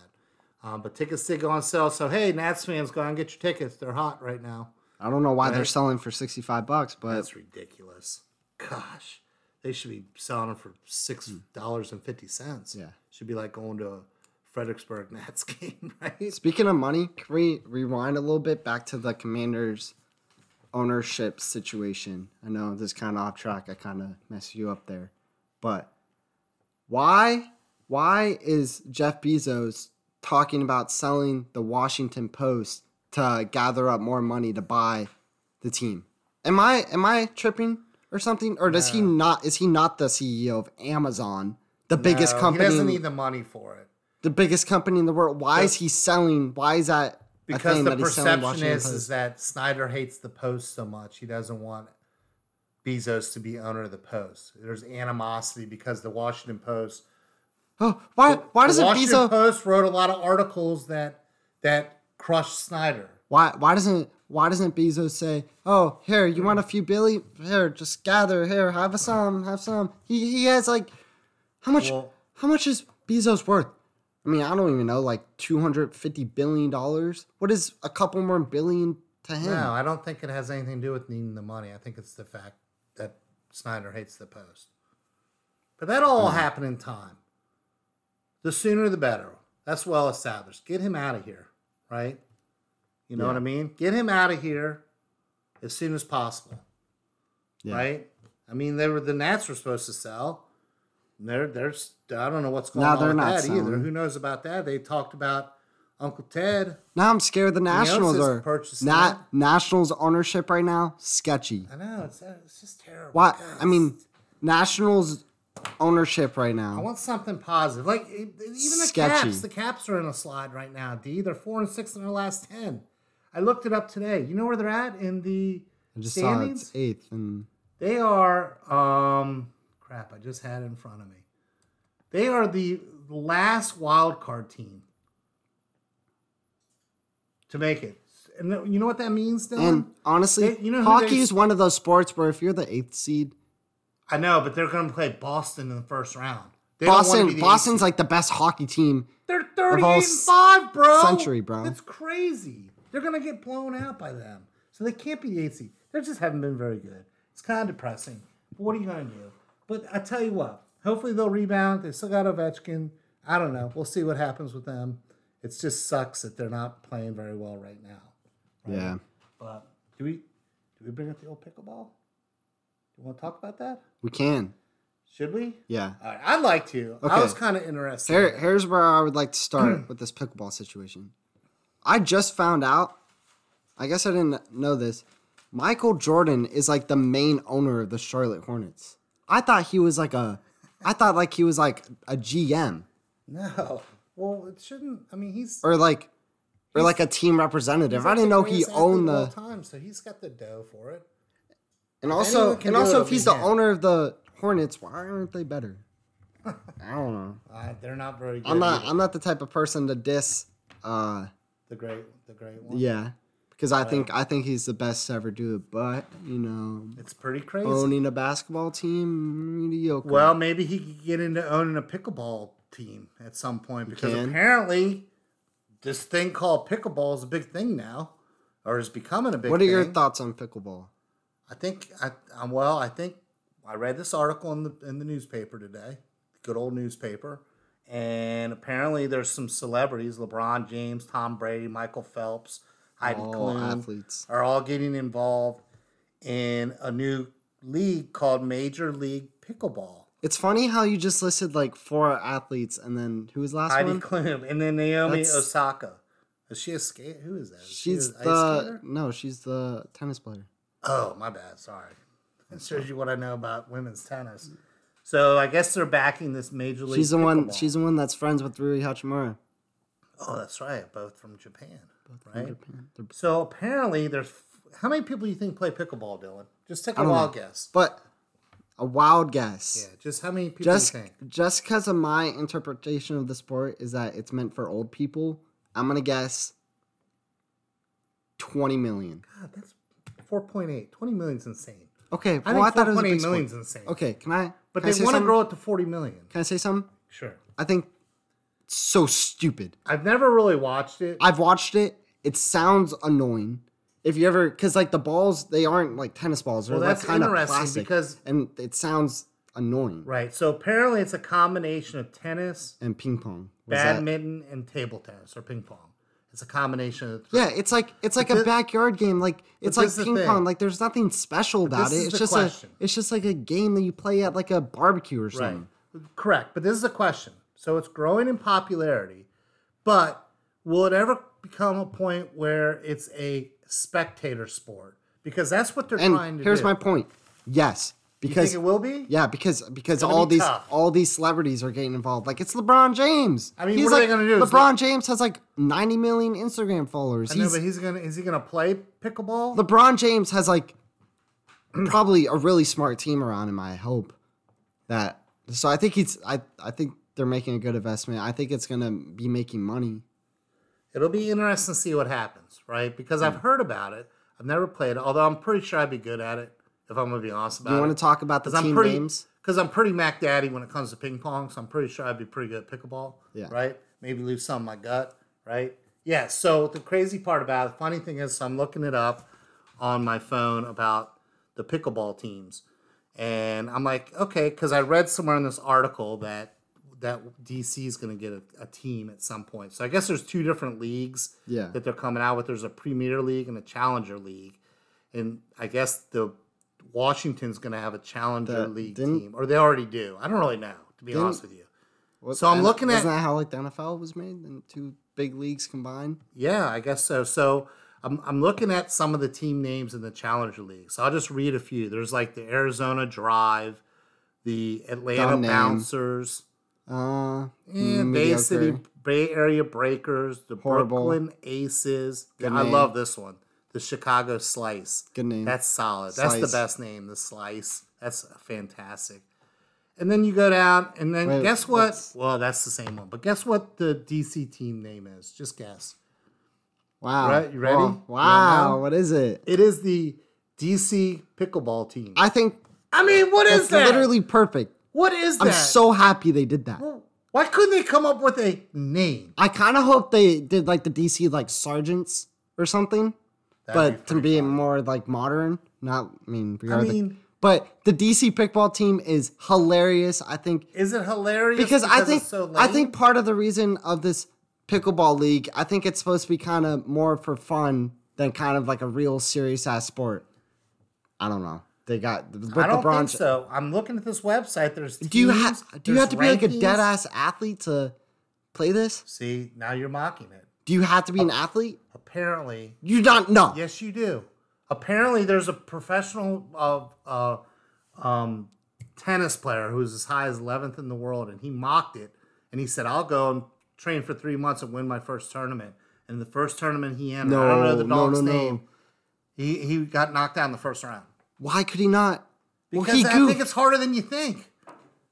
Speaker 2: Um, but tickets did go on sale. So hey, Nats fans, go out and get your tickets. They're hot right now.
Speaker 1: I don't know why they're
Speaker 2: Right.
Speaker 1: selling for sixty five bucks, but
Speaker 2: That's ridiculous. Gosh, they should be selling them for six dollars and fifty cents.
Speaker 1: Hmm. Yeah.
Speaker 2: should be like going to a Fredericksburg Nats game, right?
Speaker 1: speaking of money, can we rewind a little bit back to the Commanders ownership situation? I know this kind of off track. I kind of messed you up there, but why? Why is Jeff Bezos talking about selling the Washington Post to gather up more money to buy the team? Am I am I tripping or something? Or does he not? Is he not the CEO of Amazon, the biggest
Speaker 2: No,
Speaker 1: company?
Speaker 2: Uh, He doesn't need the money for it
Speaker 1: the biggest company in the world. Why is he selling? Why is that a
Speaker 2: because
Speaker 1: thing
Speaker 2: the
Speaker 1: that he's selling
Speaker 2: perception
Speaker 1: Washington
Speaker 2: is
Speaker 1: Post?
Speaker 2: is that Snyder hates the Post so much he doesn't want Bezos to be owner of the Post. There's animosity because the Washington Post
Speaker 1: oh, why? Why doesn't
Speaker 2: the Washington
Speaker 1: Bezos?
Speaker 2: Post wrote a lot of articles that that crushed Snyder.
Speaker 1: Why? Why doesn't? Why doesn't Bezos say, "Oh, here, you want a few Billy? Here, just gather. Here, have a some. Have some." He he has like, how much?
Speaker 2: Well-
Speaker 1: how much is Bezos worth? I mean, I don't even know. Like two hundred fifty billion dollars. What is a couple more billion to him?
Speaker 2: No, I don't think it has anything to do with needing the money. I think it's the fact that Snyder hates the post. But that'll
Speaker 1: Hmm.
Speaker 2: all happen in time. The sooner the better. That's well established. Get him out of here, right? You know what I mean? Get him out of here as soon as possible.
Speaker 1: Yeah.
Speaker 2: Right? I mean, they were the Nats were supposed to sell. They're they're s- I don't know what's going
Speaker 1: No,
Speaker 2: on
Speaker 1: they're
Speaker 2: with
Speaker 1: not
Speaker 2: that either.
Speaker 1: selling.
Speaker 2: Who knows about that? They talked about Uncle Ted.
Speaker 1: Now I'm scared. The
Speaker 2: else
Speaker 1: Nationals
Speaker 2: is
Speaker 1: are
Speaker 2: purchasing
Speaker 1: not Nationals ownership right now. Sketchy.
Speaker 2: I know it's it's just terrible.
Speaker 1: Why?
Speaker 2: God,
Speaker 1: I mean, Nationals ownership right
Speaker 2: I
Speaker 1: now.
Speaker 2: want something positive. Like e- even the
Speaker 1: Sketchy.
Speaker 2: Caps, the Caps are in a slide right now. D, they're four and six in their last ten. I looked it up today. You know where they're at in the
Speaker 1: I just saw
Speaker 2: standings?
Speaker 1: it's eighth, and
Speaker 2: They are um crap. I just had it in front of me. They are the last wild card team to make it. And th- you know what that means, Dylan?
Speaker 1: and honestly,
Speaker 2: They- you know who
Speaker 1: hockey
Speaker 2: they-
Speaker 1: is one of those sports where if you're the eighth seed,
Speaker 2: I know, but they're going to play Boston in the first round. They don't wanna be
Speaker 1: Boston,
Speaker 2: the eighth
Speaker 1: Boston's like the best hockey team.
Speaker 2: They're 38
Speaker 1: all
Speaker 2: and 5, bro.
Speaker 1: century, bro.
Speaker 2: That's crazy. They're going to get blown out by them. So they can't be the eighth seed. They just haven't been very good. It's kind of depressing. But what are you going to do? But I tell you what, hopefully they'll rebound. They still got Ovechkin. I don't know. We'll see what happens with them. It just sucks that they're not playing very well right now.
Speaker 1: Yeah,
Speaker 2: But do we do we bring up the old pickleball? You want to talk about that?
Speaker 1: we can.
Speaker 2: Should we?
Speaker 1: Yeah.
Speaker 2: All right, I'd like to. I
Speaker 1: Okay.
Speaker 2: was kind of interested.
Speaker 1: Here, here's where I would like to start with this pickleball situation. I just found out. I guess I didn't know this. Michael Jordan is like the main owner of the Charlotte Hornets. I thought he was like a. I thought like he was like a GM.
Speaker 2: No. Well, it shouldn't. I mean, he's
Speaker 1: or like or like a team representative. I didn't know he
Speaker 2: greatest athlete
Speaker 1: owned
Speaker 2: of all
Speaker 1: the
Speaker 2: time, so he's got the dough for it.
Speaker 1: and also
Speaker 2: anyone can
Speaker 1: and
Speaker 2: do it,
Speaker 1: also
Speaker 2: it'll
Speaker 1: if he's
Speaker 2: be
Speaker 1: the
Speaker 2: him.
Speaker 1: owner of the Hornets, why aren't they better? I don't know.
Speaker 2: Uh, they're not very good.
Speaker 1: Oh. I'm not
Speaker 2: either.
Speaker 1: I'm not the type of person to diss uh
Speaker 2: the great, the great one.
Speaker 1: yeah. Because I think I think he's the best to ever do it, but you know
Speaker 2: It's pretty crazy.
Speaker 1: owning a basketball team mediocre.
Speaker 2: well, maybe he could get into owning a pickleball team at some point because
Speaker 1: can.
Speaker 2: apparently this thing called pickleball is a big thing now, or is becoming a big.
Speaker 1: what are your
Speaker 2: thing.
Speaker 1: thoughts on pickleball?
Speaker 2: I think I, I well, I think I read this article in the in the newspaper today, good old newspaper, and apparently there's some celebrities: LeBron James, Tom Brady, Michael Phelps, Heidi
Speaker 1: All
Speaker 2: Klum,
Speaker 1: Oh, athletes.
Speaker 2: are all getting involved in a new league called Major League Pickleball.
Speaker 1: It's funny how you just listed like four athletes and then who was the last
Speaker 2: Heidi
Speaker 1: one?
Speaker 2: Klum, and then Naomi
Speaker 1: That's-
Speaker 2: Osaka. Is she a skate? Who is that? Is she
Speaker 1: She's
Speaker 2: an ice
Speaker 1: the
Speaker 2: skater?
Speaker 1: no, she's the tennis player.
Speaker 2: Oh, my bad. Sorry. That shows you what I know about women's tennis. So I guess they're backing this major league.
Speaker 1: She's the one.
Speaker 2: pickleball.
Speaker 1: She's the one that's friends with Rui Hachimura.
Speaker 2: Oh, that's right. Both from Japan. right.
Speaker 1: They're-
Speaker 2: So apparently, there's how many people do you think play pickleball, Dylan? Just take a
Speaker 1: don't
Speaker 2: wild
Speaker 1: know.
Speaker 2: guess.
Speaker 1: But a wild guess.
Speaker 2: Yeah, just how many people
Speaker 1: Just
Speaker 2: you think?
Speaker 1: just because of my interpretation of the sport is that it's meant for old people. I'm gonna guess twenty million.
Speaker 2: God, Ah, that's 4.8. 20 million's insane.
Speaker 1: Okay,
Speaker 2: I
Speaker 1: well I
Speaker 2: think
Speaker 1: thought it was a
Speaker 2: 4.8
Speaker 1: big sport.
Speaker 2: million's insane.
Speaker 1: Okay, can I?
Speaker 2: But
Speaker 1: can I
Speaker 2: they
Speaker 1: say
Speaker 2: want to
Speaker 1: something?
Speaker 2: grow it to 40 million.
Speaker 1: Can I say something?
Speaker 2: Sure.
Speaker 1: I think it's so stupid.
Speaker 2: I've never really watched it.
Speaker 1: I've watched it. It sounds annoying. If you ever, because like the balls, they aren't like tennis balls. They're
Speaker 2: Well,
Speaker 1: like
Speaker 2: that's
Speaker 1: kind of
Speaker 2: interesting
Speaker 1: plastic,
Speaker 2: because-
Speaker 1: and it sounds annoying.
Speaker 2: right. So apparently it's a combination of tennis,
Speaker 1: And ping pong. Was that-
Speaker 2: badminton, and table tennis or ping pong. It's a combination of the three.
Speaker 1: Yeah, it's like it's like a
Speaker 2: thi-
Speaker 1: backyard game. Like it's
Speaker 2: this
Speaker 1: like
Speaker 2: is the
Speaker 1: ping
Speaker 2: thing.
Speaker 1: pong. Like there's nothing special about
Speaker 2: this
Speaker 1: it.
Speaker 2: is
Speaker 1: It's
Speaker 2: the
Speaker 1: just
Speaker 2: question.
Speaker 1: a it's just like a game that you play at like a barbecue or something.
Speaker 2: Right. Correct. But this is a question. So it's growing in popularity, but will it ever become a point where it's a spectator sport? Because that's what they're trying
Speaker 1: And
Speaker 2: to
Speaker 1: here's
Speaker 2: do.
Speaker 1: my point. Yes,
Speaker 2: You think
Speaker 1: because
Speaker 2: it will be?
Speaker 1: yeah, because because
Speaker 2: gonna
Speaker 1: all
Speaker 2: be
Speaker 1: these
Speaker 2: tough.
Speaker 1: all these celebrities are getting involved. Like it's LeBron James.
Speaker 2: I mean,
Speaker 1: He's
Speaker 2: what are
Speaker 1: like,
Speaker 2: they gonna do? Is
Speaker 1: LeBron James has like 90 million Instagram followers.
Speaker 2: I know,
Speaker 1: He's,
Speaker 2: but he's gonna is he gonna play pickleball?
Speaker 1: LeBron James has like probably a really smart team around him. I hope that. So I think he's. I I think they're making a good investment. I think it's gonna be making money.
Speaker 2: It'll be interesting to see what happens, right? Because
Speaker 1: Mm.
Speaker 2: I've heard about it. I've never played it, although I'm pretty sure I'd be good at it if I'm gonna be honest about
Speaker 1: You want
Speaker 2: it.
Speaker 1: to talk about the
Speaker 2: Because I'm
Speaker 1: team
Speaker 2: pretty,
Speaker 1: names?
Speaker 2: because I'm pretty Mac Daddy when it comes to ping pong, so I'm pretty sure I'd be pretty good at pickleball.
Speaker 1: Yeah.
Speaker 2: Right? Maybe leave some in my gut, right? Yeah. So the crazy part about it, the funny thing is, so I'm looking it up on my phone about the pickleball teams, and I'm like, okay, because I read somewhere in this article that that DC is going to get a, a team at some point. So I guess there's two different leagues
Speaker 1: Yeah.
Speaker 2: that they're coming out with. There's a Premier League and a Challenger League and I guess the Washington's going to have a challenger
Speaker 1: The-
Speaker 2: league
Speaker 1: didn't-
Speaker 2: team, or they already do. I don't really know, to be honest with you.
Speaker 1: What-
Speaker 2: So I'm
Speaker 1: and
Speaker 2: looking at-
Speaker 1: Isn't that how like the NFL was made? And two big leagues combined.
Speaker 2: Yeah, I guess so. So I'm I'm looking at some of the team names in the challenger league. So I'll just read a few. There's like the Arizona Drive, the Atlanta
Speaker 1: Dumb name.
Speaker 2: Bouncers,
Speaker 1: Uh,
Speaker 2: eh, Bay
Speaker 1: mediocre.
Speaker 2: City Bay Area Breakers, the
Speaker 1: Horrible.
Speaker 2: Brooklyn Aces.
Speaker 1: Good
Speaker 2: I
Speaker 1: name.
Speaker 2: love this one. The Chicago Slice.
Speaker 1: Good name.
Speaker 2: That's solid. That's
Speaker 1: Slice.
Speaker 2: the best name, the slice. That's fantastic. And then you go down, and then
Speaker 1: Wait,
Speaker 2: guess what?
Speaker 1: what's-
Speaker 2: Well, that's the same one, but guess what the DC team name is? Just guess.
Speaker 1: wow.
Speaker 2: Right, you ready? You
Speaker 1: Oh,
Speaker 2: wanna
Speaker 1: wow.
Speaker 2: know?
Speaker 1: What is it?
Speaker 2: It is the DC pickleball team. I,
Speaker 1: I think
Speaker 2: mean, what is
Speaker 1: it's
Speaker 2: that?
Speaker 1: literally perfect.
Speaker 2: what is that?
Speaker 1: I'm so happy they did that.
Speaker 2: Why couldn't they come up with a name?
Speaker 1: I kind of hope they did like the DC like sergeants or something,
Speaker 2: That'd
Speaker 1: but to
Speaker 2: pretty
Speaker 1: be
Speaker 2: fun.
Speaker 1: more like modern. Not, I mean, we
Speaker 2: I
Speaker 1: are the-
Speaker 2: mean-
Speaker 1: but the DC pickball team is hilarious. I think
Speaker 2: is it hilarious?
Speaker 1: because, I think
Speaker 2: it's so lame?
Speaker 1: I think part of the reason of this pickleball league, I think it's supposed to be kind of more for fun than kind of like a real serious ass sport. I don't know. They got with
Speaker 2: I don't
Speaker 1: LeBron.
Speaker 2: think so. I'm looking at this website. There's
Speaker 1: Do you
Speaker 2: teams,
Speaker 1: have do you
Speaker 2: there's
Speaker 1: have to be like a
Speaker 2: rankings.
Speaker 1: dead ass athlete to play this?
Speaker 2: See, now you're mocking it.
Speaker 1: Do you have to be an athlete?
Speaker 2: Apparently,
Speaker 1: You don't know.
Speaker 2: Yes, you do. Apparently, there's a professional of uh, um, tennis player who's as high as 11th in the world, and he mocked it. And he said, "I'll go and train for three months and win my first tournament." And the first tournament he entered, I don't know the
Speaker 1: No, no,
Speaker 2: dog's
Speaker 1: no, no.
Speaker 2: name. He he got knocked out in the first round
Speaker 1: Why could he not? well,
Speaker 2: because
Speaker 1: he
Speaker 2: I think
Speaker 1: goofed.
Speaker 2: it's harder than you think.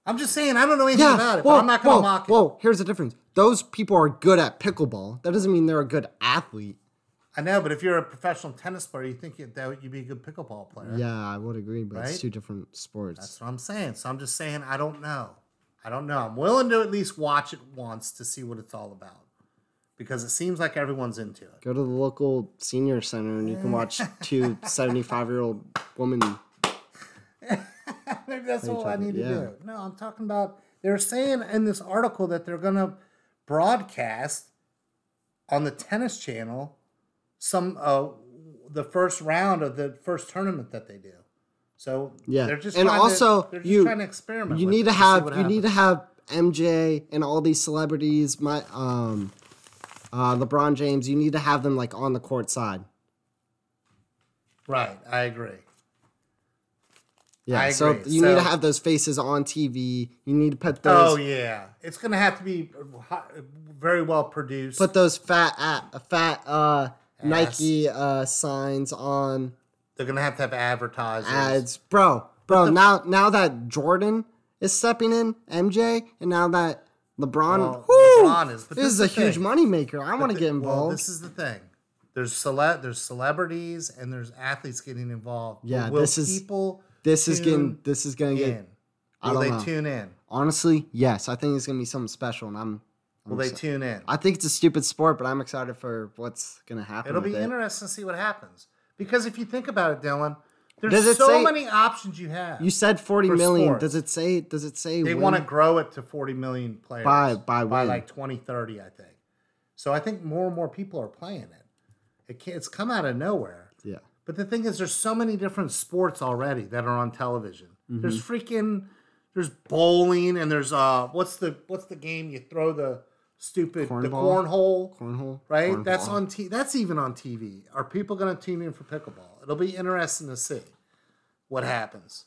Speaker 2: I'm just saying I don't know anything
Speaker 1: Yeah.
Speaker 2: about it,
Speaker 1: whoa,
Speaker 2: but I'm not going
Speaker 1: whoa,
Speaker 2: to mock it.
Speaker 1: Whoa, here's the difference. Those people are good at pickleball. That doesn't mean they're a good athlete.
Speaker 2: I know, but if you're a professional tennis player, you think you, that you'd be a good pickleball player.
Speaker 1: Yeah, I would agree, but
Speaker 2: Right?
Speaker 1: it's two different sports.
Speaker 2: That's what I'm saying. So I'm just saying I don't know. I don't know. I'm willing to at least watch it once to see what it's all about. Because it seems like everyone's into it.
Speaker 1: Go to the local senior center and you can watch two 75 year old women.
Speaker 2: Maybe that's all I
Speaker 1: other,
Speaker 2: need
Speaker 1: yeah.
Speaker 2: to do. No, I'm talking about they're saying in this article that they're gonna broadcast on the tennis channel some uh the first round of the first tournament that they do. So
Speaker 1: Yeah.
Speaker 2: they're just
Speaker 1: And
Speaker 2: trying
Speaker 1: also,
Speaker 2: to, they're just
Speaker 1: you-
Speaker 2: trying to experiment.
Speaker 1: You
Speaker 2: with
Speaker 1: need to
Speaker 2: it see
Speaker 1: have
Speaker 2: what
Speaker 1: you need to
Speaker 2: happens.
Speaker 1: have MJ and all these celebrities, my um uh LeBron James, you need to have them like on the court side.
Speaker 2: right. I agree.
Speaker 1: Yeah.
Speaker 2: I
Speaker 1: So
Speaker 2: agree.
Speaker 1: you need to
Speaker 2: So-
Speaker 1: have those faces on TV. You need to put those
Speaker 2: Oh yeah, it's gonna have to be hot- very well produced.
Speaker 1: put those fat a- fat uh Nike uh signs on
Speaker 2: they're gonna have to have advertisers.
Speaker 1: ads, bro, bro. now now that Jordan is stepping in, MJ, and now that LeBron,
Speaker 2: Well, LeBron is. But
Speaker 1: This is a
Speaker 2: the
Speaker 1: huge
Speaker 2: thing.
Speaker 1: moneymaker. I want to
Speaker 2: thi-
Speaker 1: get
Speaker 2: Well,
Speaker 1: involved.
Speaker 2: this is the thing. There's celeb, there's celebrities, and there's athletes getting involved. But
Speaker 1: Yeah,
Speaker 2: will
Speaker 1: this is-
Speaker 2: people.
Speaker 1: This is getting.
Speaker 2: tune
Speaker 1: This is gonna get.
Speaker 2: in?
Speaker 1: I
Speaker 2: Will
Speaker 1: don't
Speaker 2: they
Speaker 1: know.
Speaker 2: tune in?
Speaker 1: Honestly, yes. I think it's gonna be something special, and I'm. I'm
Speaker 2: Will they
Speaker 1: exci-
Speaker 2: tune in?
Speaker 1: I think it's a stupid sport, but I'm excited for what's gonna happen.
Speaker 2: It'll
Speaker 1: with
Speaker 2: be
Speaker 1: it.
Speaker 2: interesting to see what happens because if you think about it, Dylan, there's
Speaker 1: Does it
Speaker 2: so
Speaker 1: say-
Speaker 2: many options you have.
Speaker 1: You said forty
Speaker 2: for
Speaker 1: million.
Speaker 2: sport.
Speaker 1: Does it say? Does it say?
Speaker 2: they
Speaker 1: when-
Speaker 2: want to grow it to 40 million players
Speaker 1: By- by
Speaker 2: by
Speaker 1: when?
Speaker 2: like 2030, I think. So I think more and more people are playing it. It can, it's come out of nowhere.
Speaker 1: Yeah.
Speaker 2: But the thing is, there's so many different sports already that are on television.
Speaker 1: Mm-hmm.
Speaker 2: There's freaking, there's bowling, and there's uh, what's the what's the game you throw the stupid the
Speaker 1: Cornball?
Speaker 2: cornhole,
Speaker 1: Cornhole.
Speaker 2: right?
Speaker 1: Cornhole.
Speaker 2: That's on t- That's even on TV. Are people going to tune in for pickleball? It'll be interesting to see what happens.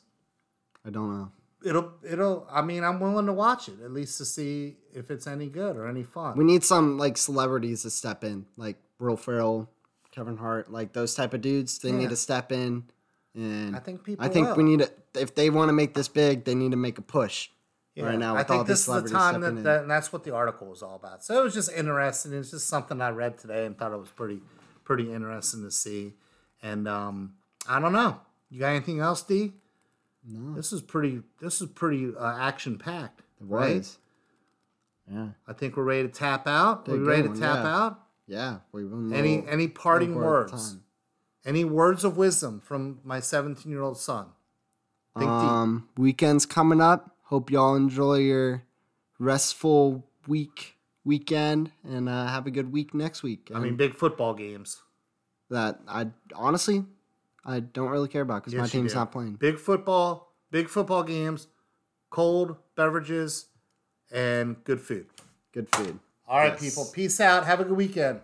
Speaker 1: I don't know.
Speaker 2: It'll it'll. I mean, I'm willing to watch it at least to see if it's any good or any fun.
Speaker 1: We need some like celebrities to step in, like Will Ferrell, Kevin Hart, like those type of dudes. They
Speaker 2: Yeah.
Speaker 1: need to step in, and
Speaker 2: I think people
Speaker 1: I think we
Speaker 2: will.
Speaker 1: need to. If they want to make this big, they need to make a push. right now
Speaker 2: I
Speaker 1: with all these
Speaker 2: think this is the
Speaker 1: celebrities stepping
Speaker 2: time that,
Speaker 1: in.
Speaker 2: that and that's what the article was all about. So it was just interesting. It's just something I read today and thought it was pretty pretty interesting to see. And um, I don't know. You got anything else, D? No. This is pretty. This is pretty uh, action packed. Right.
Speaker 1: Right? Yeah,
Speaker 2: I think we're ready to tap out.
Speaker 1: Did a
Speaker 2: we
Speaker 1: good
Speaker 2: ready to
Speaker 1: one,
Speaker 2: tap
Speaker 1: yeah.
Speaker 2: out.
Speaker 1: yeah. We will know.
Speaker 2: Any any parting
Speaker 1: we're at the
Speaker 2: words?
Speaker 1: time.
Speaker 2: Any words of wisdom from my 17 year old son? Think deep.
Speaker 1: Um, weekend's coming up. Hope y'all enjoy your restful week weekend and uh, have a good week next week.
Speaker 2: I mean, big football games.
Speaker 1: that I honestly I don't really care about because my
Speaker 2: Yes, you
Speaker 1: team's
Speaker 2: do.
Speaker 1: not playing.
Speaker 2: Big football, big football games, cold beverages, and good food.
Speaker 1: Good food.
Speaker 2: All right,
Speaker 1: Yes.
Speaker 2: people. Peace out. Have a good weekend.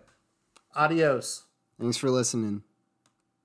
Speaker 2: Adios.
Speaker 1: Thanks for listening.